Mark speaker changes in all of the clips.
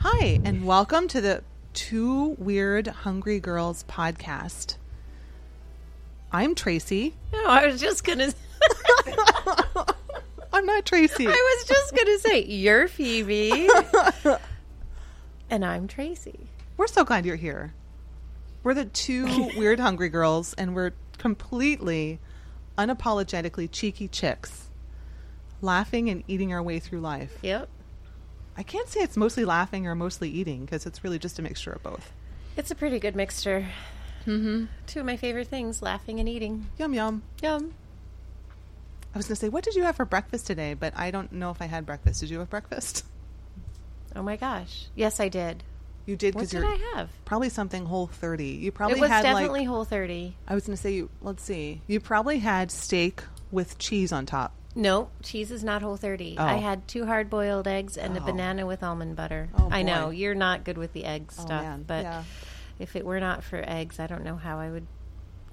Speaker 1: Hi, and welcome to the Two Weird Hungry Girls podcast. I'm Tracy.
Speaker 2: No, I was just gonna.
Speaker 1: I'm not Tracy.
Speaker 2: I was just gonna say you're Phoebe, and I'm Tracy.
Speaker 1: We're so glad you're here. We're the two Weird Hungry Girls, and we're completely, unapologetically cheeky chicks, laughing and eating our way through life.
Speaker 2: Yep,
Speaker 1: I can't say it's mostly laughing or mostly eating because it's really just a mixture of both.
Speaker 2: it's a pretty good mixture.
Speaker 1: Mm-hmm.
Speaker 2: Two of my favorite things: laughing and eating.
Speaker 1: Yum, yum.
Speaker 2: Yum.
Speaker 1: I was going to say, what did you have for breakfast today? But I don't know if I had breakfast. Did you have breakfast?
Speaker 2: Oh my gosh! Yes, I did.
Speaker 1: You did
Speaker 2: What
Speaker 1: because
Speaker 2: did
Speaker 1: you're
Speaker 2: I have?
Speaker 1: probably something whole 30. You probably
Speaker 2: it was
Speaker 1: had
Speaker 2: definitely
Speaker 1: like
Speaker 2: Whole 30.
Speaker 1: I was going to say you let's see. You probably had steak with cheese on top.
Speaker 2: No, cheese is not Whole 30. I
Speaker 1: Oh.
Speaker 2: had two hard boiled eggs and a
Speaker 1: Oh.
Speaker 2: banana with almond butter.
Speaker 1: Oh,
Speaker 2: I
Speaker 1: boy.
Speaker 2: know you're not good with the egg
Speaker 1: Oh,
Speaker 2: stuff,
Speaker 1: man.
Speaker 2: but
Speaker 1: Yeah.
Speaker 2: if it were not for eggs, I don't know how I would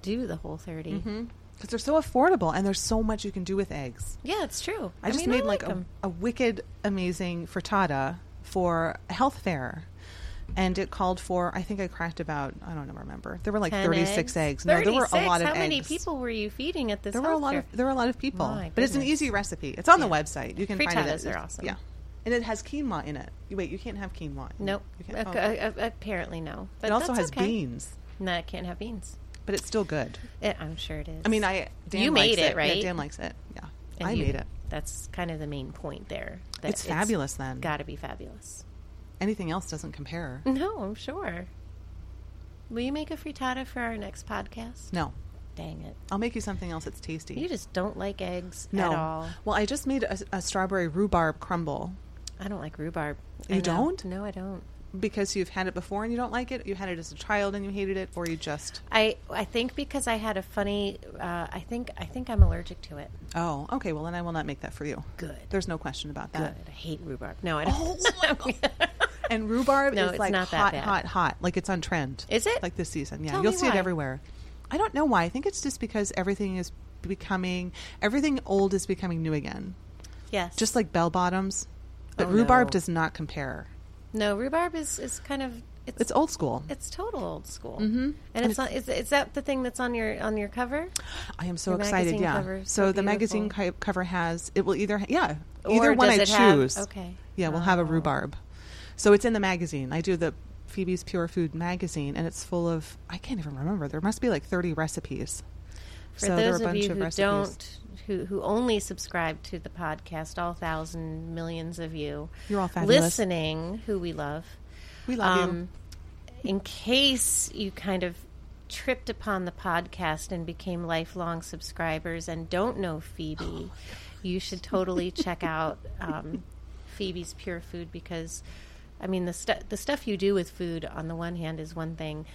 Speaker 2: do the Whole 30.
Speaker 1: Mm-hmm. Cuz they're so affordable and there's so much you can do with eggs.
Speaker 2: Yeah, it's true.
Speaker 1: I, just
Speaker 2: mean,
Speaker 1: made like, a,
Speaker 2: 'em.
Speaker 1: a wicked amazing frittata for a health fair. And it called for I think I cracked about I don't remember. There were like
Speaker 2: 10
Speaker 1: 36 eggs. No, there were a
Speaker 2: 36?
Speaker 1: lot of
Speaker 2: How
Speaker 1: eggs.
Speaker 2: many people were you feeding at this?
Speaker 1: There were a
Speaker 2: health
Speaker 1: lot
Speaker 2: fair?
Speaker 1: of there were a lot of people,
Speaker 2: My
Speaker 1: but it's an
Speaker 2: goodness.
Speaker 1: easy recipe. It's on the
Speaker 2: Yeah.
Speaker 1: website. You can find it.
Speaker 2: Frittatas are awesome.
Speaker 1: Yeah, and it has quinoa in it. You- Wait, you can't have quinoa. in it.
Speaker 2: Nope.
Speaker 1: You can't-
Speaker 2: Ac-
Speaker 1: oh.
Speaker 2: a- a- apparently no. But
Speaker 1: It also
Speaker 2: that's
Speaker 1: has
Speaker 2: okay.
Speaker 1: beans,
Speaker 2: No, it can't have beans.
Speaker 1: but it's still good.
Speaker 2: It, I'm sure it is.
Speaker 1: I mean, I Dan
Speaker 2: You
Speaker 1: likes
Speaker 2: made it, right?
Speaker 1: Yeah, Dan likes it. Yeah,
Speaker 2: And
Speaker 1: I
Speaker 2: you-
Speaker 1: made it.
Speaker 2: That's kind of the main point there. that
Speaker 1: It's fabulous then.
Speaker 2: Got to be fabulous.
Speaker 1: Anything else doesn't compare.
Speaker 2: No, I'm sure. Will you make a frittata for our next podcast?
Speaker 1: No,
Speaker 2: Dang it!
Speaker 1: I'll make you something else that's tasty.
Speaker 2: You just don't like eggs
Speaker 1: no.
Speaker 2: at all.
Speaker 1: Well, I just made a, a strawberry rhubarb crumble
Speaker 2: I don't like rhubarb. I
Speaker 1: You
Speaker 2: know.
Speaker 1: don't?
Speaker 2: No, I don't.
Speaker 1: because you've had it before and you don't like it. You had it as a child and you hated it, or you just
Speaker 2: I I think because I had a funny. Uh, I think I think I'm allergic to it.
Speaker 1: oh okay. Well, then I will not make that for you.
Speaker 2: Good.
Speaker 1: There's no question about
Speaker 2: Good.
Speaker 1: that.
Speaker 2: I hate rhubarb. No, I don't.
Speaker 1: Oh And rhubarb
Speaker 2: No,
Speaker 1: is
Speaker 2: it's
Speaker 1: like
Speaker 2: not that
Speaker 1: hot,
Speaker 2: bad.
Speaker 1: hot, hot. Like it's on trend.
Speaker 2: Is it?
Speaker 1: Like this season. Yeah.
Speaker 2: Tell
Speaker 1: You'll
Speaker 2: me
Speaker 1: see it
Speaker 2: why.
Speaker 1: everywhere. I don't know why. I think it's just because everything is becoming everything old is becoming new again.
Speaker 2: yes.
Speaker 1: Just like bell bottoms. But
Speaker 2: Oh,
Speaker 1: rhubarb
Speaker 2: no.
Speaker 1: does not compare.
Speaker 2: no rhubarb is is kind of it's
Speaker 1: It's
Speaker 2: it's,
Speaker 1: old school.
Speaker 2: total old school. Mm-hmm. And it's not, is is that the thing that's on your on your cover?
Speaker 1: I am so
Speaker 2: Your
Speaker 1: excited.
Speaker 2: magazine
Speaker 1: Yeah.
Speaker 2: cover is
Speaker 1: So
Speaker 2: so
Speaker 1: the magazine
Speaker 2: beautiful.
Speaker 1: co- cover has it will either yeah
Speaker 2: Or
Speaker 1: either one
Speaker 2: does
Speaker 1: I
Speaker 2: it have-
Speaker 1: choose.
Speaker 2: okay.
Speaker 1: Yeah, we'll have a
Speaker 2: Oh.
Speaker 1: rhubarb. So it's in the magazine. I do the Phoebe's Pure Food magazine, and it's full of I can't even remember. There must be like thirty recipes.
Speaker 2: For those of you who don't, who who only subscribe to the podcast, all thousand millions of you,
Speaker 1: You're all fabulous.
Speaker 2: listening, who we love.
Speaker 1: We love you.
Speaker 2: um, In case you kind of tripped upon the podcast and became lifelong subscribers and don't know
Speaker 1: Oh
Speaker 2: Phoebe, you should totally check out um, Phoebe's Pure Food because, I mean, the, stu- the stuff you do with food on the one hand is one thing,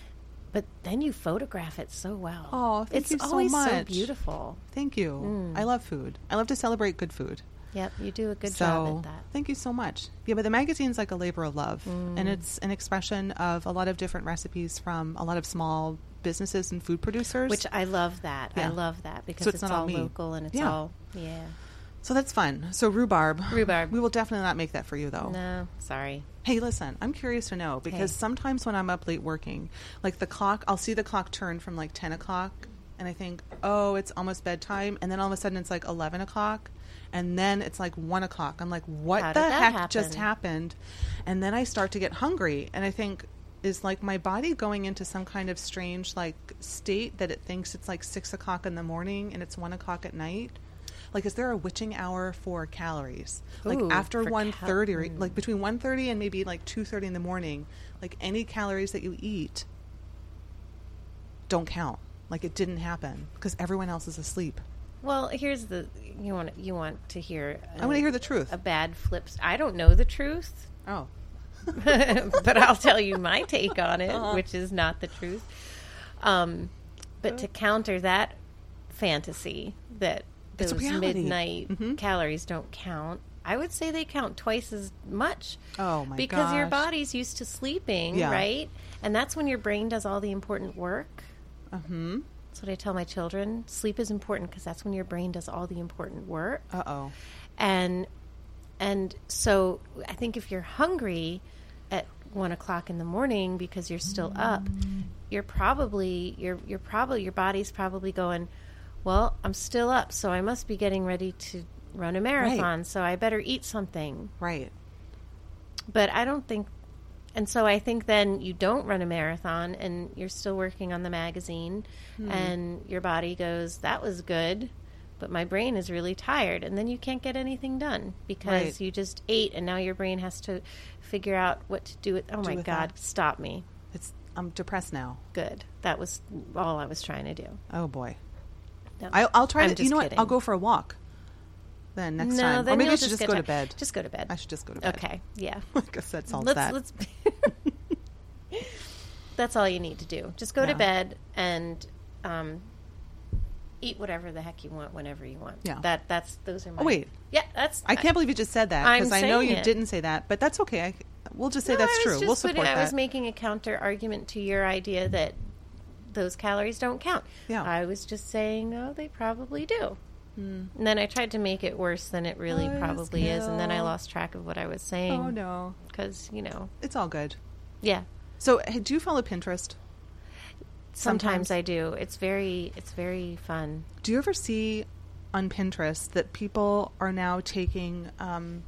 Speaker 2: but then you photograph it so well.
Speaker 1: Aw, thank
Speaker 2: it's
Speaker 1: you so
Speaker 2: always so
Speaker 1: much.
Speaker 2: beautiful.
Speaker 1: Thank you. I love food. I love to celebrate good food.
Speaker 2: Yep, you do a mm. good job
Speaker 1: so
Speaker 2: at that.
Speaker 1: thank you so much. Yeah, but the magazine's like a labor of love,
Speaker 2: Mm.
Speaker 1: and it's an expression of a lot of different recipes from a lot of small businesses and food producers.
Speaker 2: Which I love that. I
Speaker 1: Yeah.
Speaker 2: love that because
Speaker 1: So it's
Speaker 2: it's,
Speaker 1: not all
Speaker 2: all
Speaker 1: me.
Speaker 2: local and it's
Speaker 1: Yeah.
Speaker 2: all yeah.
Speaker 1: so that's fun. So rhubarb.
Speaker 2: Rhubarb.
Speaker 1: We will definitely not make that for you though.
Speaker 2: No, sorry.
Speaker 1: Hey, listen, I'm curious to know because
Speaker 2: Hey.
Speaker 1: sometimes when I'm up late working, like the clock, I'll see the clock turn from like 10 o'clock and I think, oh, it's almost bedtime. And then all of a sudden it's like 11 o'clock. And then it's like 1 o'clock. I'm like, what
Speaker 2: How
Speaker 1: the
Speaker 2: did
Speaker 1: heck
Speaker 2: that
Speaker 1: just
Speaker 2: happen?
Speaker 1: happened? And then I start to get hungry. And I think, is like my body going into some kind of strange like state that it thinks it's like 6 o'clock in the morning and it's 1 o'clock at night? Like, is there a witching hour for calories? Like
Speaker 2: Ooh,
Speaker 1: after
Speaker 2: for
Speaker 1: one
Speaker 2: cal- mm.
Speaker 1: thirty, or like between 1.30 and maybe like 2.30 in the morning like any calories that you eat don't count like it didn't happen because everyone else is asleep
Speaker 2: Well, here's the you want you want to hear.
Speaker 1: i want to hear the truth
Speaker 2: a bad flip. s- I don't know the truth,
Speaker 1: oh
Speaker 2: but I'll tell you my take on it,
Speaker 1: Uh-huh.
Speaker 2: which is not the truth. Um, but
Speaker 1: Uh-huh.
Speaker 2: to counter that fantasy that
Speaker 1: It's a
Speaker 2: those
Speaker 1: reality. Mm-hmm.
Speaker 2: midnight calories don't count, I would say they count twice as much.
Speaker 1: Oh, my
Speaker 2: Because your
Speaker 1: gosh.
Speaker 2: body's used to sleeping,
Speaker 1: Yeah.
Speaker 2: right? And that's when your brain does all the important work.
Speaker 1: uh-huh
Speaker 2: That's what I tell my children. Sleep is important because that's when your brain does all the important work
Speaker 1: uh-oh
Speaker 2: and and so I think if you're hungry at one o'clock in the morning because you're still up, you're probably you're you're probably your body's probably going, well, I'm still up, so I must be getting ready to run a marathon, so I better eat something.
Speaker 1: Right.
Speaker 2: But I don't think, and so I think then you don't run a marathon and you're still working on the magazine,
Speaker 1: Hmm.
Speaker 2: and your body goes, that was good. But my brain is really tired, and then you can't get anything done because
Speaker 1: Right.
Speaker 2: you just ate, and now your brain has to figure out what to do with. Oh my
Speaker 1: with
Speaker 2: God,
Speaker 1: that.
Speaker 2: stop me.
Speaker 1: It's I'm depressed now.
Speaker 2: Good. That was all I was trying to do.
Speaker 1: Oh boy.
Speaker 2: No.
Speaker 1: I, I'll try
Speaker 2: I'm
Speaker 1: to. You
Speaker 2: just
Speaker 1: know
Speaker 2: kidding.
Speaker 1: what? I'll go for a walk. Then next
Speaker 2: no,
Speaker 1: time,
Speaker 2: then
Speaker 1: or maybe I
Speaker 2: you'll
Speaker 1: should just,
Speaker 2: get
Speaker 1: go to
Speaker 2: ti-
Speaker 1: bed.
Speaker 2: Just go to bed.
Speaker 1: I should just go to bed.
Speaker 2: Okay. Yeah.
Speaker 1: I guess that solves
Speaker 2: let's
Speaker 1: that.
Speaker 2: let's that's all you need to do just go to
Speaker 1: Yeah.
Speaker 2: bed and um, eat whatever the heck you want whenever you want
Speaker 1: Yeah. Oh,
Speaker 2: that that's those are my
Speaker 1: wait.
Speaker 2: yeah that's uh,
Speaker 1: I can't believe you just said that
Speaker 2: I'm
Speaker 1: because I know
Speaker 2: saying
Speaker 1: you
Speaker 2: it.
Speaker 1: didn't say that, but that's okay. I, we'll just say
Speaker 2: No,
Speaker 1: that's
Speaker 2: I was
Speaker 1: true.
Speaker 2: just
Speaker 1: We'll support
Speaker 2: putting-
Speaker 1: that.
Speaker 2: i was making a counter argument to your idea that those calories don't count
Speaker 1: Yeah.
Speaker 2: i was just saying oh they probably do
Speaker 1: Hmm.
Speaker 2: and then i tried to make it worse than it really
Speaker 1: Calories
Speaker 2: probably is and then i
Speaker 1: count.
Speaker 2: lost track of what i was saying
Speaker 1: oh no,
Speaker 2: because you know
Speaker 1: it's all good.
Speaker 2: yeah
Speaker 1: So, hey, do you follow Pinterest?
Speaker 2: sometimes
Speaker 1: Sometimes.
Speaker 2: i do it's very it's very fun
Speaker 1: Do you ever see on Pinterest that people are now taking um,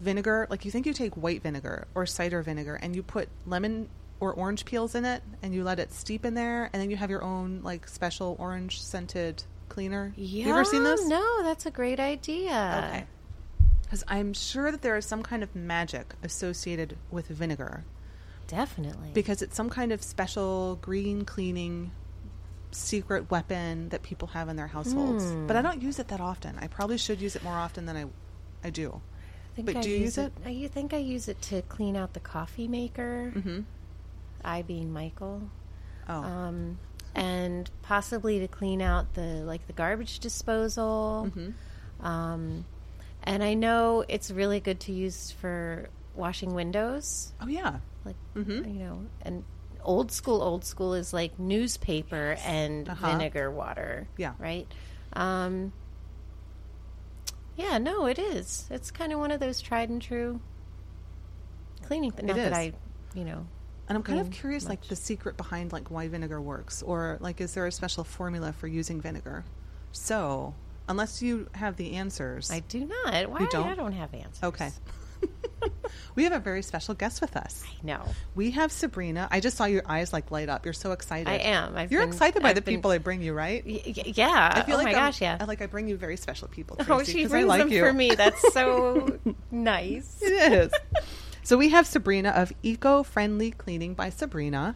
Speaker 1: vinegar? Like you think you take white vinegar or cider vinegar, and you put lemon or orange peels in it, and you let it steep in there, and then you have your own like special orange scented cleaner. You ever seen
Speaker 2: Yeah,
Speaker 1: this?
Speaker 2: No, that's a great idea.
Speaker 1: Okay. Because I'm sure that there is some kind of magic associated with vinegar
Speaker 2: Definitely.
Speaker 1: because it's some kind of special green cleaning secret weapon that people have in their households.
Speaker 2: Hmm.
Speaker 1: But I don't use it that often. I probably should use it more often than I, I do.
Speaker 2: I think
Speaker 1: but
Speaker 2: I
Speaker 1: do you use
Speaker 2: I you think I use it to clean out the coffee maker. Mm-hmm. I being Michael.
Speaker 1: Oh,
Speaker 2: Um, and possibly to clean out the like the garbage disposal.
Speaker 1: Mm-hmm.
Speaker 2: Um, and I know it's really good to use for washing windows.
Speaker 1: oh yeah,
Speaker 2: like
Speaker 1: Mm-hmm.
Speaker 2: you know and old school old school is like newspaper and
Speaker 1: Uh-huh.
Speaker 2: vinegar water
Speaker 1: Yeah.
Speaker 2: right um yeah no it is it's kind of one of those tried and true cleaning things not
Speaker 1: It
Speaker 2: that
Speaker 1: is.
Speaker 2: i you know
Speaker 1: and I'm kind of
Speaker 2: Mm,
Speaker 1: curious, like the secret behind like why vinegar works, or like is there a special formula for using vinegar? So unless you have the answers,
Speaker 2: i do not why
Speaker 1: don't?
Speaker 2: i don't have answers
Speaker 1: okay. we have a very special guest with us.
Speaker 2: no
Speaker 1: We have Sabrina. I just saw your eyes like light up. You're so excited.
Speaker 2: I am. I've
Speaker 1: You're
Speaker 2: been-
Speaker 1: excited by
Speaker 2: I've
Speaker 1: the
Speaker 2: been-
Speaker 1: people I bring you, right?
Speaker 2: Y- y- yeah
Speaker 1: I feel
Speaker 2: oh
Speaker 1: like
Speaker 2: my
Speaker 1: I'm-
Speaker 2: gosh yeah
Speaker 1: I like I bring you very special people.
Speaker 2: oh
Speaker 1: Tracy,
Speaker 2: she
Speaker 1: 'cause
Speaker 2: brings
Speaker 1: I like
Speaker 2: them
Speaker 1: you.
Speaker 2: for me that's so nice
Speaker 1: it is. So we have Sabrina of Eco Friendly Cleaning by Sabrina,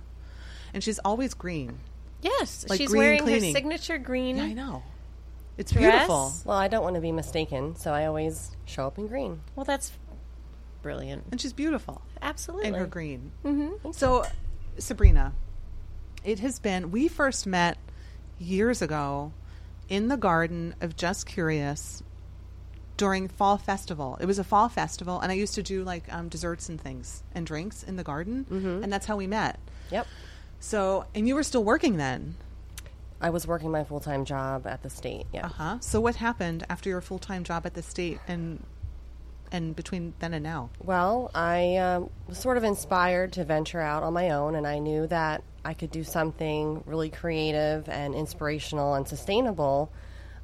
Speaker 1: and she's always green.
Speaker 2: yes
Speaker 1: Like
Speaker 2: she's
Speaker 1: green
Speaker 2: wearing her
Speaker 1: cleaning.
Speaker 2: signature green
Speaker 1: I know. It's
Speaker 2: Mm-hmm. dress
Speaker 1: beautiful,
Speaker 3: Well, I don't want to be mistaken, so I always show up in green.
Speaker 2: well that's brilliant
Speaker 1: and she's beautiful
Speaker 2: Absolutely.
Speaker 1: in her green. Mm-hmm. So, Sabrina, it has been. We first met years ago in the garden of Just Curious during fall festival. It was a fall festival, and I used to do like um, desserts and things and drinks in the garden, and that's how we met.
Speaker 3: Yep.
Speaker 1: So, and you were still working then.
Speaker 3: I was working my full time job at the state. Yeah.
Speaker 1: Uh huh. So, what happened after your full time job at the state and and between then and now?
Speaker 3: Well, I um, was sort of inspired to venture out on my own, and I knew that I could do something really creative and inspirational and sustainable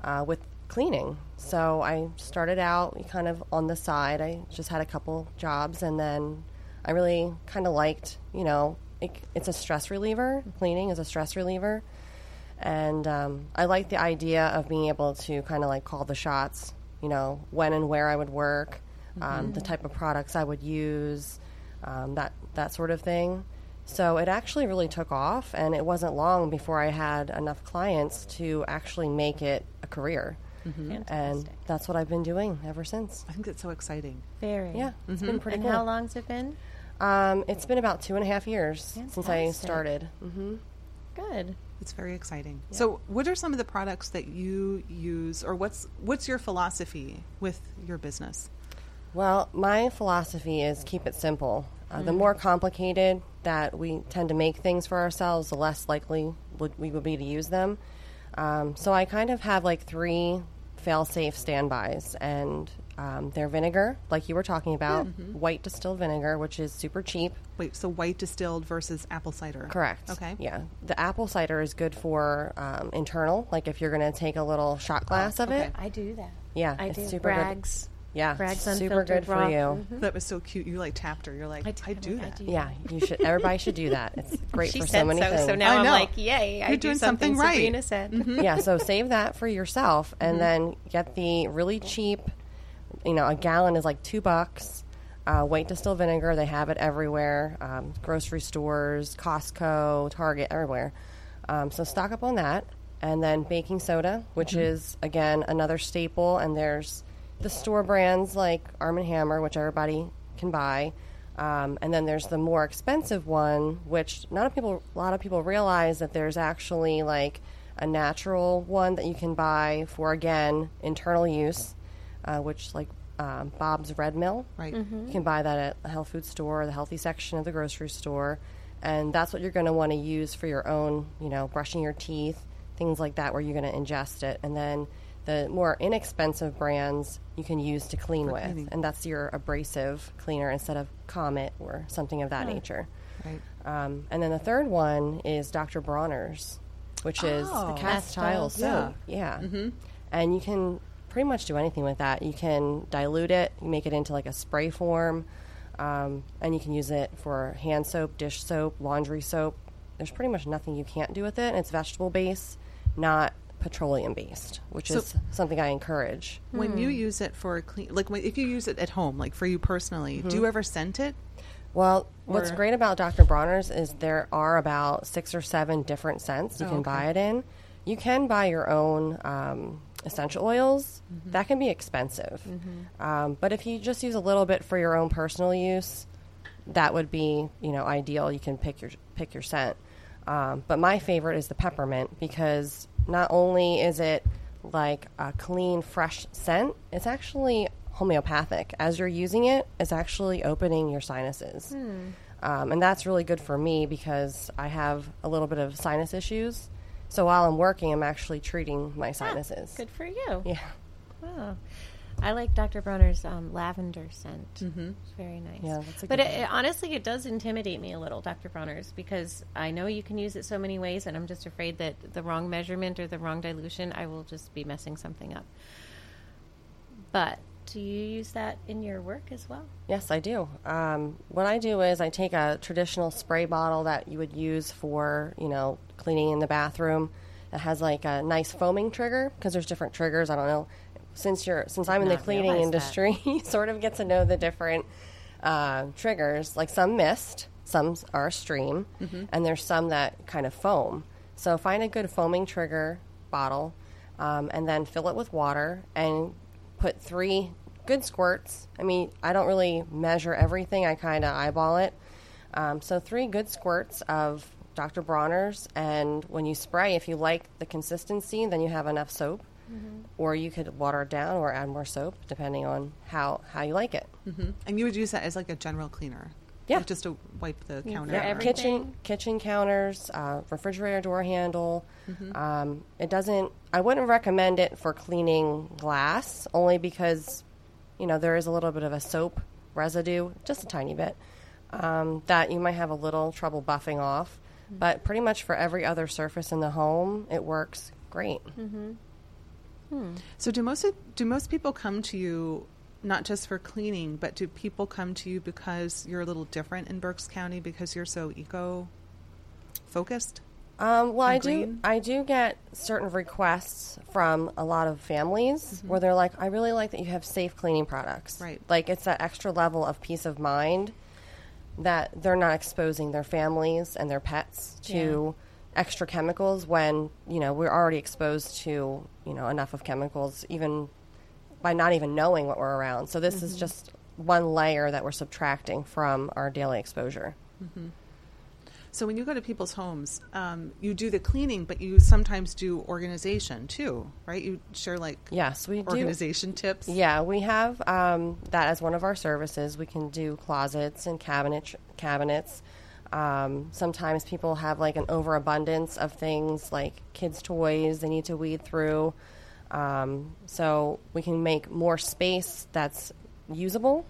Speaker 3: uh, with cleaning. So I started out kind of on the side. I just had a couple jobs, and then I really kind of liked, you know, it, it's a stress reliever. Cleaning is a stress reliever. and um, I like the idea of being able to kind of like call the shots, you know, when and where I would work, um, the type of products I would use, um, that that sort of thing. So it actually really took off, and it wasn't long before I had enough clients to actually make it a career,
Speaker 2: Mm-hmm.
Speaker 3: Mm-hmm. and that's what I've been doing ever since.
Speaker 1: I think that's so exciting.
Speaker 2: Very. Mm-hmm.
Speaker 3: Yeah, it's been pretty
Speaker 2: and
Speaker 3: cool.
Speaker 2: how long's it been?
Speaker 3: Um, it's been about two and a half years since I
Speaker 2: Fantastic.
Speaker 3: started. hmm
Speaker 2: Good.
Speaker 1: It's very exciting. So, what are some of the products that you use, or what's what's your philosophy with your business?
Speaker 3: Well, my philosophy is keep it simple. Uh,
Speaker 1: Mm-hmm.
Speaker 3: The more complicated that we tend to make things for ourselves, the less likely would, we would be to use them. Um, so I kind of have like three fail-safe standbys, and um, they're vinegar, like you were talking about,
Speaker 1: Mm-hmm.
Speaker 3: white distilled vinegar, which is super cheap.
Speaker 1: Wait, so white distilled versus apple cider.
Speaker 3: Correct.
Speaker 1: Okay.
Speaker 3: Yeah, the apple cider is good for um, internal, like if you're going to take a little shot glass of
Speaker 1: Oh, okay.
Speaker 3: it.
Speaker 2: I do that.
Speaker 3: Yeah,
Speaker 2: I
Speaker 3: it's
Speaker 2: do.
Speaker 3: super good.
Speaker 2: Brags.
Speaker 3: Yeah,
Speaker 2: Brags
Speaker 3: super
Speaker 2: unfiltered Mm-hmm.
Speaker 3: good
Speaker 2: raw.
Speaker 3: for you.
Speaker 1: Mm-hmm. That was so cute. You like tapped her. You're like, I,
Speaker 2: did. I'm
Speaker 1: do
Speaker 2: like, I
Speaker 1: that.
Speaker 2: do
Speaker 3: Yeah, you should. Everybody should do that. It's great
Speaker 2: She
Speaker 3: for
Speaker 2: said
Speaker 3: so many
Speaker 2: so,
Speaker 3: things.
Speaker 2: so now
Speaker 1: I
Speaker 2: I'm
Speaker 1: know.
Speaker 2: like, yay, I
Speaker 1: You're
Speaker 2: do
Speaker 1: doing
Speaker 2: something,
Speaker 1: something right.
Speaker 2: Sabrina said. Mm-hmm.
Speaker 3: yeah, so save that for yourself and then get the really cheap, you know, a gallon is like two bucks. Uh, white distilled vinegar, they have it everywhere um, grocery stores, Costco, Target, everywhere. Um, so stock up on that. And then baking soda, which
Speaker 2: Mm-hmm.
Speaker 3: is, again, another staple. And there's the store brands like Arm & Hammer, which everybody can buy. Um, and then there's the more expensive one, which not a people a lot of people realize that there's actually like a natural one that you can buy for again internal use, uh, which like um, Bob's Red Mill.
Speaker 1: Right.
Speaker 3: You can buy that at a health food store, the healthy section of the grocery store, and that's what you're going to want to use for your own, you know, brushing your teeth, things like that, where you're going to ingest it, and then. The more inexpensive brands you can use to clean with,
Speaker 1: cleaning.
Speaker 3: and that's your abrasive cleaner instead of Comet or something of that nature.
Speaker 1: Right.
Speaker 3: Um, and then the third one is Dr. Bronner's, which is
Speaker 1: Oh.
Speaker 3: the cast tile soap.
Speaker 1: yeah. Mm-hmm.
Speaker 3: Yeah. And you can pretty much do anything with that. You can dilute it, you make it into like a spray form, um, and you can use it for hand soap, dish soap, laundry soap. There's pretty much nothing you can't do with it. And it's vegetable based, not petroleum based, which
Speaker 1: So-
Speaker 3: is something I encourage.
Speaker 1: When you use it for a clean, like when, if you use it at home, like for you personally, do you ever scent it?
Speaker 3: Well, what's
Speaker 1: Or-
Speaker 3: great about Dr. Bronner's is there are about six or seven different scents you
Speaker 1: Oh,
Speaker 3: can
Speaker 1: okay.
Speaker 3: buy it in. You can buy your own um, essential oils.
Speaker 1: Mm-hmm.
Speaker 3: That can be expensive. Um, but if you just use a little bit for your own personal use, that would be you know ideal. You can pick your pick your scent. Um, but my favorite is the peppermint because not only is it like a clean, fresh scent, it's actually homeopathic. As you're using it, it's actually opening your sinuses. Um, and that's really good for me because I have a little bit of sinus issues. So while I'm working, I'm actually treating my sinuses.
Speaker 2: Ah, Good for you.
Speaker 3: Yeah.
Speaker 2: Wow. I like Dr. Bronner's um, lavender scent. Mm-hmm. It's very nice.
Speaker 3: Yeah, that's a
Speaker 2: but
Speaker 3: good
Speaker 2: it, it- honestly, it does intimidate me a little, Dr. Bronner's, because I know you can use it so many ways, and I'm just afraid that the wrong measurement or the wrong dilution, I will just be messing something up. But do you use that in your work as well?
Speaker 3: Yes, I do. Um, what I do is I take a traditional spray bottle that you would use for, you know, cleaning in the bathroom that has like a nice foaming trigger because there's different triggers. I don't know. Since you're since I'm in the
Speaker 2: not
Speaker 3: cleaning
Speaker 2: realize
Speaker 3: industry, you sort of get to know the different uh, triggers. Like some mist, some s- are stream, and there's some that kind of foam. So find a good foaming trigger bottle, um, and then fill it with water and put three good squirts. I mean, I don't really measure everything, I kind of eyeball it. Um, so, three good squirts of Dr. Bronner's, and when you spray, if you like the consistency, then you have enough soap. Or you could water it down or add more soap, depending on how, how you like it.
Speaker 1: hmm And you would use that as like a general cleaner.
Speaker 3: Yeah.
Speaker 1: Like just to wipe the counter.
Speaker 2: for
Speaker 1: or-
Speaker 2: everything.
Speaker 3: kitchen kitchen counters, uh, refrigerator door handle.
Speaker 2: Mm-hmm.
Speaker 3: Um, it doesn't. I wouldn't recommend it for cleaning glass, only because you know there is a little bit of a soap residue, just a tiny bit, um, that you might have a little trouble buffing off.
Speaker 2: Mm-hmm.
Speaker 3: But pretty much for every other surface in the home, it works great.
Speaker 1: So do most of, do most people come to you not just for cleaning, but do people come to you because you're a little different in Berks County because you're so eco focused?
Speaker 3: Um, well, I do.
Speaker 1: Agreed.
Speaker 3: I do get certain requests from a lot of families where they're like, "I really like that you have safe cleaning products."
Speaker 1: Mm-hmm. Right.
Speaker 3: Like it's that extra level of peace of mind that they're not exposing their families and their pets to extra chemicals when you know we're already exposed to you know enough of chemicals even by not even knowing what we're around. So this
Speaker 1: Mm-hmm.
Speaker 3: is just one layer that we're subtracting from our daily exposure.
Speaker 1: So when you go to people's homes, um, you do the cleaning, but you sometimes do organization too, right? You share like
Speaker 3: Yes, we do.
Speaker 1: organization tips.
Speaker 3: Yeah, we have um, that as one of our services. We can do closets and cabinet cabinets. Um, sometimes people have like an overabundance of things like kids' toys they need to weed through. Um, so we can make more space that's usable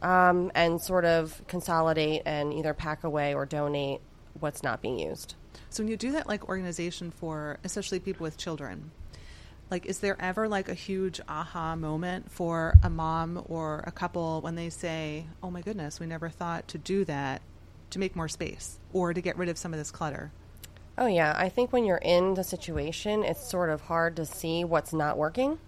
Speaker 3: um, and sort of consolidate and either pack away or donate what's not being used.
Speaker 1: So when you do that like organization for especially people with children, like is there ever like a huge aha moment for a mom or a couple when they say, "Oh my goodness, we never thought to do that to make more space or to get rid of some of this clutter."
Speaker 3: Oh, yeah. I think when you're in the situation, it's sort of hard to see what's not working.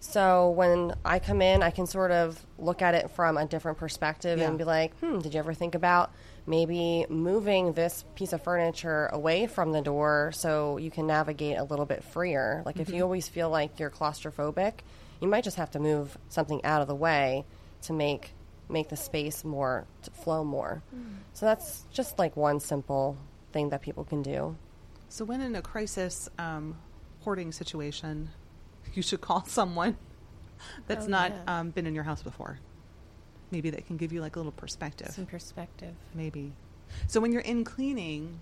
Speaker 3: So when I come in, I can sort of look at it from a different perspective
Speaker 1: Yeah.
Speaker 3: and be like, hmm, did you ever think about maybe moving this piece of furniture away from the door so you can navigate a little bit freer? Like, if you always feel like you're claustrophobic, you might just have to move something out of the way to make make the space more to flow more. So that's just like one simple thing that people can do.
Speaker 1: So when in a crisis um, hoarding situation, you should call someone that's
Speaker 2: Oh,
Speaker 1: not
Speaker 2: yeah.
Speaker 1: um, been in your house before. Maybe that can give you like a little perspective.
Speaker 2: Some perspective.
Speaker 1: maybe. So when you're in cleaning,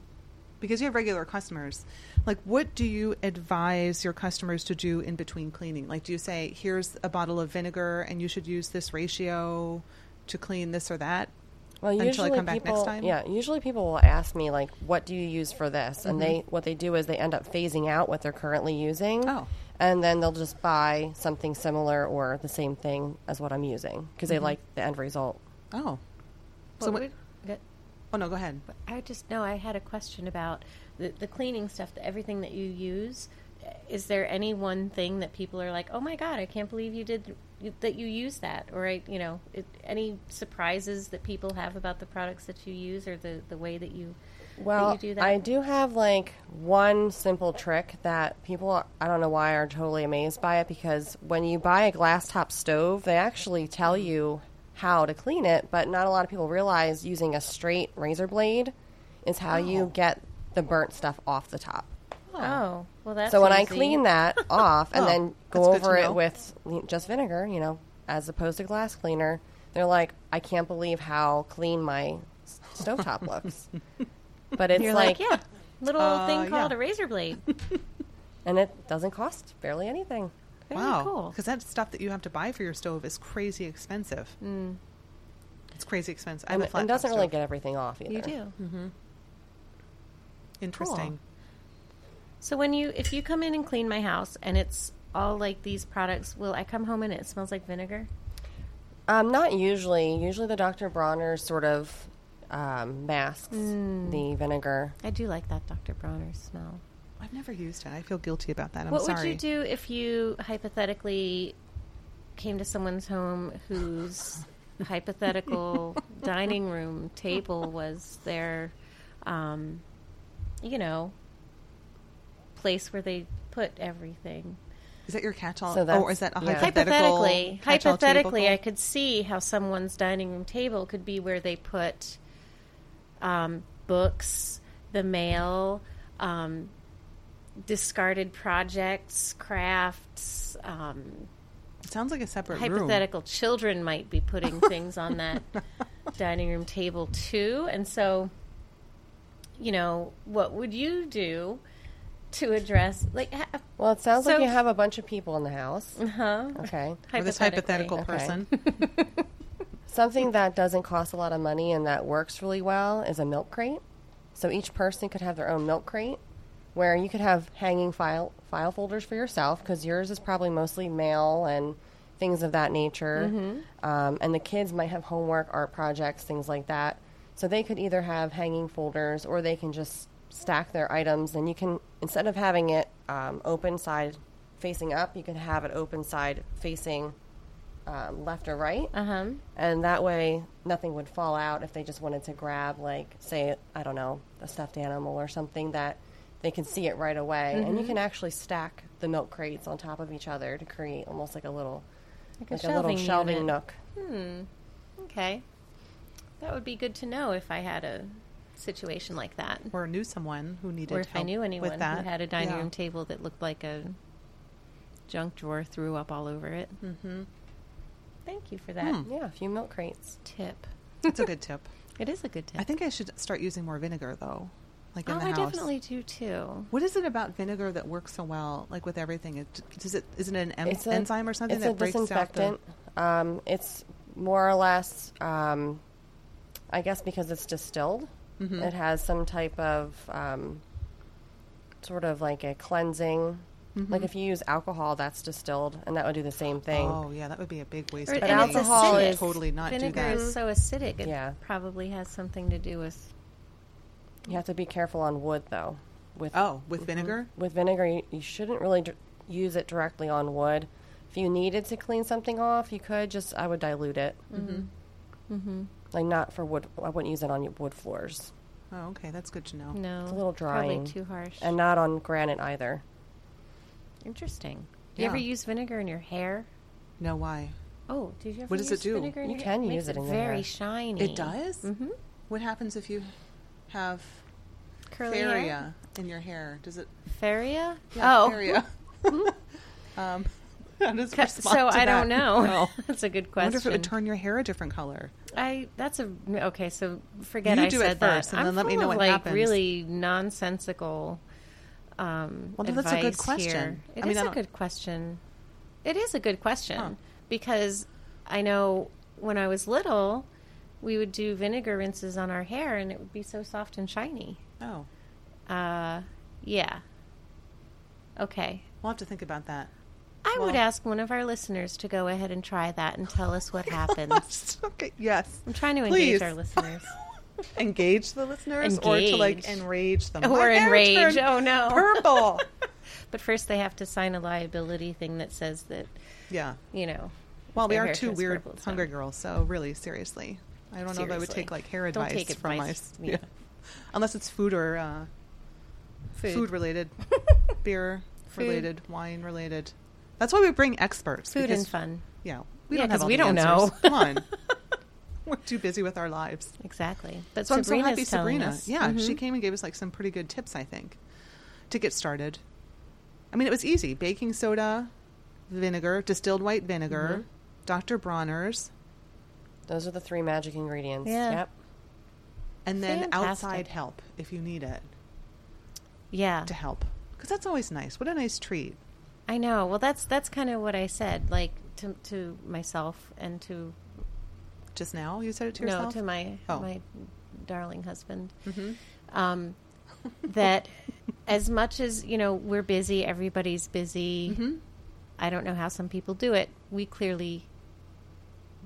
Speaker 1: because you have regular customers, like what do you advise your customers to do in between cleaning? Like, do you say, here's a bottle of vinegar and you should use this ratio to clean this or that?
Speaker 3: Well, usually
Speaker 1: Until I come back next
Speaker 3: people,
Speaker 1: time?
Speaker 3: Yeah, usually people will ask me like, "What do you use for this?" And they what they do is they end up phasing out what they're currently using.
Speaker 1: Mm-hmm. Oh.
Speaker 3: And then they'll just buy something similar or the same thing as what I'm using because
Speaker 1: Mm-hmm.
Speaker 3: they like the end result.
Speaker 1: Oh.
Speaker 2: What
Speaker 1: So what,
Speaker 2: would- that-
Speaker 1: oh, no, go ahead.
Speaker 2: I just know I had a question about the, the cleaning stuff, the, everything that you use. Is there any one thing that people are like, "Oh my god, I can't believe you did that you use that," or I, you know, it, any surprises that people have about the products that you use or the, the way that you
Speaker 3: Well,
Speaker 2: that you do that?
Speaker 3: I do have like one simple trick that people are- I don't know why are totally amazed by it because when you buy a glass top stove, they actually tell you how to clean it, but not a lot of people realize using a straight razor blade is how you get the burnt stuff off the top.
Speaker 2: Oh, well, that's
Speaker 3: so when I
Speaker 2: easy.
Speaker 3: clean that off and
Speaker 1: Oh,
Speaker 3: then go
Speaker 1: that's good to
Speaker 3: over
Speaker 1: know.
Speaker 3: it with just vinegar, you know, as opposed to glass cleaner, they're like, I can't believe how clean my s- stovetop looks. But it's
Speaker 2: you're
Speaker 3: like,
Speaker 2: like, yeah, little
Speaker 1: Uh,
Speaker 2: thing called
Speaker 1: yeah.
Speaker 2: a razor blade.
Speaker 3: and it doesn't cost barely anything.
Speaker 2: Very
Speaker 1: wow.
Speaker 2: cool.
Speaker 1: Because that stuff that you have to buy for your stove is crazy expensive. It's crazy expensive. I have
Speaker 3: And
Speaker 1: a
Speaker 3: it
Speaker 1: flat
Speaker 3: and
Speaker 1: top
Speaker 3: doesn't really
Speaker 1: stove.
Speaker 3: get everything off either.
Speaker 2: You do. Mm-hmm.
Speaker 1: Interesting.
Speaker 2: So when you if you come in and clean my house and it's all like these products, will I come home and it smells like vinegar?
Speaker 3: Um, not usually. Usually the Dr. Bronner sort of um, masks
Speaker 2: Hmm.
Speaker 3: the vinegar.
Speaker 2: I do like that Dr. Bronner's smell.
Speaker 1: I've never used it. I feel guilty about that. I'm
Speaker 2: what
Speaker 1: sorry.
Speaker 2: would you do if you hypothetically came to someone's home whose hypothetical dining room table was their, um, you know, place where they put everything?
Speaker 1: Is that your catch-all,
Speaker 3: So
Speaker 1: or
Speaker 3: that's-
Speaker 1: is that a
Speaker 3: yeah.
Speaker 1: hypothetical?
Speaker 2: hypothetically,
Speaker 1: catch-all
Speaker 2: hypothetically,
Speaker 1: table?
Speaker 2: I could see how someone's dining room table could be where they put um, books, the mail, um, discarded projects, crafts. Um,
Speaker 1: It sounds like a separate room.
Speaker 2: hypothetical children might be putting things on that dining room table too, and so you know what would you do to address like ha-
Speaker 3: Well, it sounds like
Speaker 2: So- Uh-huh.
Speaker 3: you have a bunch of people in the house.
Speaker 2: huh
Speaker 3: Okay.
Speaker 1: Or this hypothetical
Speaker 3: Okay.
Speaker 1: person.
Speaker 3: Something that doesn't cost a lot of money and that works really well is a milk crate. So each person could have their own milk crate where you could have hanging file file folders for yourself because yours is probably mostly mail and things of that nature. Um, and the kids might have homework, art projects, things like that. So they could either have hanging folders or they can just stack their items. And you can, instead of having it um, open side facing up, you can have it open side facing um, left or right
Speaker 2: Uh huh.
Speaker 3: and that way nothing would fall out if they just wanted to grab like say i don't know a stuffed animal or something that they can see it right away and you
Speaker 2: Mm-hmm.
Speaker 3: can actually stack the milk crates on top of each other to create almost like a little like,
Speaker 2: a
Speaker 3: a, little
Speaker 2: shelving
Speaker 3: shelving
Speaker 2: unit.
Speaker 3: nook
Speaker 2: Okay. That would be good to know if I had a situation like that.
Speaker 1: or knew someone who needed
Speaker 2: Or if I
Speaker 1: help
Speaker 2: knew anyone
Speaker 1: with
Speaker 2: who
Speaker 1: that.
Speaker 2: had a dining
Speaker 1: Yeah.
Speaker 2: room table that looked like a junk drawer, threw up all over it. Mm-hmm. Thank you for that
Speaker 1: Hmm.
Speaker 3: yeah a few milk crates
Speaker 2: tip.
Speaker 1: That's a good tip.
Speaker 2: It is a good tip.
Speaker 1: I think I should start using more vinegar, though. like in
Speaker 2: Oh,
Speaker 1: the
Speaker 2: I
Speaker 1: house.
Speaker 2: definitely do too.
Speaker 1: What is it about vinegar that works so well, like with everything? It, does it is it an em-
Speaker 3: It's a-
Speaker 1: enzyme or something
Speaker 3: it's
Speaker 1: that
Speaker 3: a
Speaker 1: breaks
Speaker 3: disinfectant.
Speaker 1: out
Speaker 3: Um, it's more or less, um, I guess, because it's distilled.
Speaker 1: Mm-hmm.
Speaker 3: It has some type of um, sort of like a cleansing.
Speaker 1: Mm-hmm.
Speaker 3: Like if you use alcohol, that's distilled, and that would do the same
Speaker 1: the?
Speaker 3: thing.
Speaker 1: Oh yeah, that would be a big waste.
Speaker 2: Or-
Speaker 1: of
Speaker 3: But
Speaker 2: and it's
Speaker 1: money.
Speaker 3: alcohol
Speaker 1: I would
Speaker 2: acidic.
Speaker 3: is-
Speaker 1: totally not do
Speaker 2: vinegar
Speaker 1: that.
Speaker 2: is so acidic. It
Speaker 3: Yeah.
Speaker 2: probably has something to do with.
Speaker 3: You have to be careful on wood, though. With Mm-hmm.
Speaker 1: oh, with vinegar.
Speaker 3: with vinegar, you, you shouldn't really dr- use it directly on wood. If you needed to clean something off, you could just I would dilute it. Mm-hmm. Mm-hmm. Like not for wood. I wouldn't use it on your wood floors.
Speaker 1: Oh, okay, that's good to know.
Speaker 2: No,
Speaker 3: It's a little drying.
Speaker 2: Probably too harsh.
Speaker 3: And not on granite either.
Speaker 2: Interesting. Do you ever
Speaker 1: Yeah.
Speaker 2: use vinegar in your hair?
Speaker 1: No, why?
Speaker 2: Oh, did you ever
Speaker 1: What does it
Speaker 2: use
Speaker 1: do?
Speaker 2: vinegar in
Speaker 3: You
Speaker 2: your
Speaker 3: can
Speaker 2: hair? It
Speaker 3: use
Speaker 2: makes
Speaker 3: it in your
Speaker 2: very
Speaker 3: hair.
Speaker 2: shiny.
Speaker 1: It does.
Speaker 2: Mm-hmm.
Speaker 1: What happens if you have
Speaker 2: Curly hair?
Speaker 1: faria in your hair? Does it?
Speaker 2: Faria?
Speaker 1: Yeah,
Speaker 2: oh,
Speaker 1: faria. um, how does it
Speaker 2: Ca-
Speaker 1: respond
Speaker 2: so
Speaker 1: to that?
Speaker 2: I don't know.
Speaker 1: No.
Speaker 2: that's a good
Speaker 1: I
Speaker 2: question.
Speaker 1: wonder if it would turn your hair a different color.
Speaker 2: I- that's a okay. So forget
Speaker 1: You
Speaker 2: I
Speaker 1: do it
Speaker 2: said that.
Speaker 1: first, and
Speaker 2: I'm
Speaker 1: then let me know
Speaker 2: full of,
Speaker 1: what
Speaker 2: like
Speaker 1: happens.
Speaker 2: really nonsensical. Um,
Speaker 1: Well, no, that's a good
Speaker 2: advice
Speaker 1: question.
Speaker 2: here.
Speaker 1: I
Speaker 2: It
Speaker 1: mean,
Speaker 2: is
Speaker 1: I
Speaker 2: a
Speaker 1: don't-
Speaker 2: good question. It is a good question
Speaker 1: Huh.
Speaker 2: because I know when I was little, we would do vinegar rinses on our hair, and it would be so soft and shiny.
Speaker 1: Oh,
Speaker 2: Uh, yeah. Okay.
Speaker 1: we'll have to think about that.
Speaker 2: I would
Speaker 1: Well-
Speaker 2: ask one of our listeners to go ahead and try that and tell us what happens.
Speaker 1: okay. Yes.
Speaker 2: I'm trying to engage
Speaker 1: Please.
Speaker 2: our listeners.
Speaker 1: engage the listeners or to like
Speaker 2: Engage.
Speaker 1: enrage them
Speaker 2: Or
Speaker 1: My hair
Speaker 2: enrage.
Speaker 1: turned
Speaker 2: Oh, no.
Speaker 1: purple
Speaker 2: But first, they have to sign a liability thing that says that,
Speaker 1: yeah
Speaker 2: you know.
Speaker 1: well
Speaker 2: if
Speaker 1: we
Speaker 2: their
Speaker 1: are
Speaker 2: hair
Speaker 1: two
Speaker 2: turns
Speaker 1: weird
Speaker 2: purple, it's
Speaker 1: hungry
Speaker 2: fine.
Speaker 1: girls so really seriously i don't know if i would
Speaker 2: Seriously.
Speaker 1: take like hair
Speaker 2: Don't
Speaker 1: advice
Speaker 2: take
Speaker 1: from my
Speaker 2: advice. Yeah.
Speaker 1: yeah. unless it's food or uh, food. related beer
Speaker 2: Food.
Speaker 1: related wine related that's why we bring experts
Speaker 2: Food
Speaker 1: because-
Speaker 2: and fun.
Speaker 1: yeah we
Speaker 2: Yeah,
Speaker 1: don't
Speaker 2: 'cause
Speaker 1: have all
Speaker 2: we
Speaker 1: the
Speaker 2: don't
Speaker 1: answers.
Speaker 2: know.
Speaker 1: come on we're too busy with our lives
Speaker 2: Exactly. But
Speaker 1: So
Speaker 2: Sabrina's
Speaker 1: I'm so happy
Speaker 2: telling
Speaker 1: Sabrina.
Speaker 2: us. Mm-hmm.
Speaker 1: Yeah, she came and gave us like some pretty good tips, I think, to get started. I mean, it was easy. Baking soda, vinegar, distilled white vinegar,
Speaker 2: Mm-hmm.
Speaker 1: Dr. Bronner's,
Speaker 3: Those are the three magic ingredients.
Speaker 2: Yeah.
Speaker 3: Yep.
Speaker 1: and then
Speaker 2: Fantastic.
Speaker 1: outside help if you need it
Speaker 2: Yeah.
Speaker 1: to help. Because that's always nice. What a nice treat.
Speaker 2: I know. Well, that's that's kind of what I said, like to, to myself and to
Speaker 1: Just now, you said it to yourself? Mm-hmm.
Speaker 2: No, to my
Speaker 1: Oh.
Speaker 2: my darling husband. Um, that as much as you know, we're busy. Everybody's busy.
Speaker 1: Mm-hmm.
Speaker 2: I don't know how some people do it. We clearly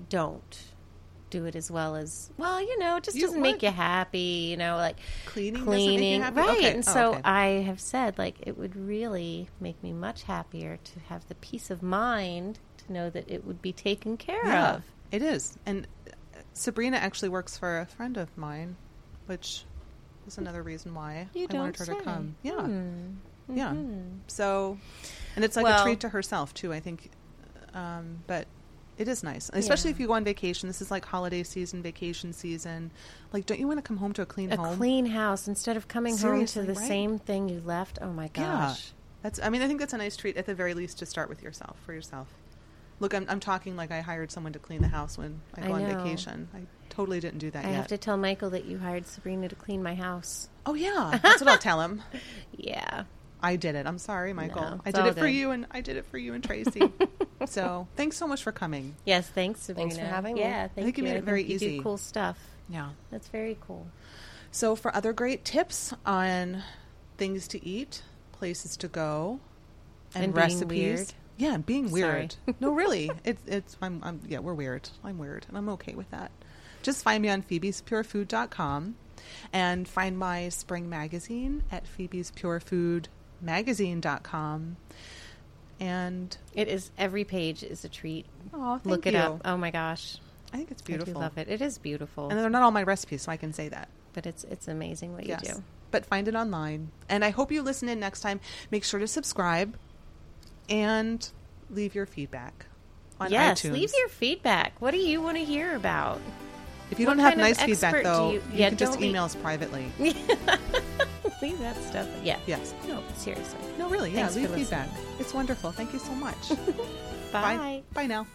Speaker 2: don't do it as well as well. You know, it just
Speaker 1: You-
Speaker 2: doesn't make
Speaker 1: what?
Speaker 2: you happy. You know, like
Speaker 1: Cleaning doesn't make you happy?
Speaker 2: right?
Speaker 1: Okay.
Speaker 2: And
Speaker 1: Oh,
Speaker 2: so
Speaker 1: okay.
Speaker 2: I have said like it would really make me much happier to have the peace of mind to know that it would be taken care
Speaker 1: Yeah,
Speaker 2: of.
Speaker 1: it is. And uh, Sabrina actually works for a friend of mine, which is another reason why
Speaker 2: Mm. You
Speaker 1: I wanted her
Speaker 2: don't
Speaker 1: to
Speaker 2: say. Hmm. Mm-hmm.
Speaker 1: come. Yeah. Yeah. So, and it's like
Speaker 2: Well-
Speaker 1: a treat to herself, too, I think. Um, but it is nice, especially
Speaker 2: Yeah.
Speaker 1: if you go on vacation. This is like holiday season, vacation season. Like, don't you want to come home to a clean
Speaker 2: a
Speaker 1: home?
Speaker 2: clean house instead of coming
Speaker 1: Seriously,
Speaker 2: home to the
Speaker 1: right?
Speaker 2: same thing you left. Oh my
Speaker 1: Yeah.
Speaker 2: gosh.
Speaker 1: That's, I mean, I think that's a nice treat at the very least to start with yourself, for yourself. Look, I'm, I'm talking like I hired someone to clean the house when I
Speaker 2: I
Speaker 1: go on
Speaker 2: know.
Speaker 1: vacation. I totally didn't do that
Speaker 2: I
Speaker 1: yet.
Speaker 2: have to tell Michael that you hired Sabrina to clean my house.
Speaker 1: Oh yeah, that's what I'll tell him.
Speaker 2: Yeah.
Speaker 1: I did it. I'm sorry, Michael.
Speaker 2: No,
Speaker 1: I
Speaker 2: it's
Speaker 1: did
Speaker 2: all
Speaker 1: it for
Speaker 2: good.
Speaker 1: you, and I did it for you and Tracy. so thanks so much for coming.
Speaker 2: Yes, thanks Sabrina.
Speaker 3: Thanks for having me.
Speaker 2: Yeah, thank
Speaker 1: think you made it very
Speaker 2: you do
Speaker 1: easy.
Speaker 2: cool stuff.
Speaker 1: Yeah.
Speaker 2: That's very cool.
Speaker 1: So for other great tips on things to eat, places to go, and,
Speaker 2: And being
Speaker 1: recipes.
Speaker 2: weird.
Speaker 1: Yeah, and being
Speaker 2: Sorry.
Speaker 1: weird. no, really, it's it's I'm, I'm yeah we're weird. I'm weird, and I'm okay with that. Just find me on phoebespurefood.com and find my spring magazine at phoebespurefoodmagazine.com. And
Speaker 2: It is every page is a treat.
Speaker 1: oh, thank
Speaker 2: Look it
Speaker 1: you.
Speaker 2: up. Oh my gosh.
Speaker 1: I think it's
Speaker 2: I do
Speaker 1: beautiful.
Speaker 2: love it. It is beautiful.
Speaker 1: And uh, they're not all my recipes, so I can say that.
Speaker 2: but it's it's amazing what you do.
Speaker 1: But find it online. And I hope you listen in next time. Make sure to subscribe and leave your feedback on
Speaker 2: yes,
Speaker 1: iTunes.
Speaker 2: leave your feedback. What do you want to hear about?
Speaker 1: if you
Speaker 2: what
Speaker 1: don't have
Speaker 2: kind of
Speaker 1: nice feedback,
Speaker 2: expert do
Speaker 1: though,
Speaker 2: you-
Speaker 1: you,
Speaker 2: Yeah,
Speaker 1: can just
Speaker 2: don't leave-
Speaker 1: email us privately.
Speaker 2: leave that stuff. Yeah.
Speaker 1: Yes.
Speaker 2: No, seriously.
Speaker 1: No, really. Yeah,
Speaker 2: Thanks for
Speaker 1: leave
Speaker 2: listening.
Speaker 1: feedback. It's wonderful. Thank you so much.
Speaker 2: Bye.
Speaker 1: Bye now.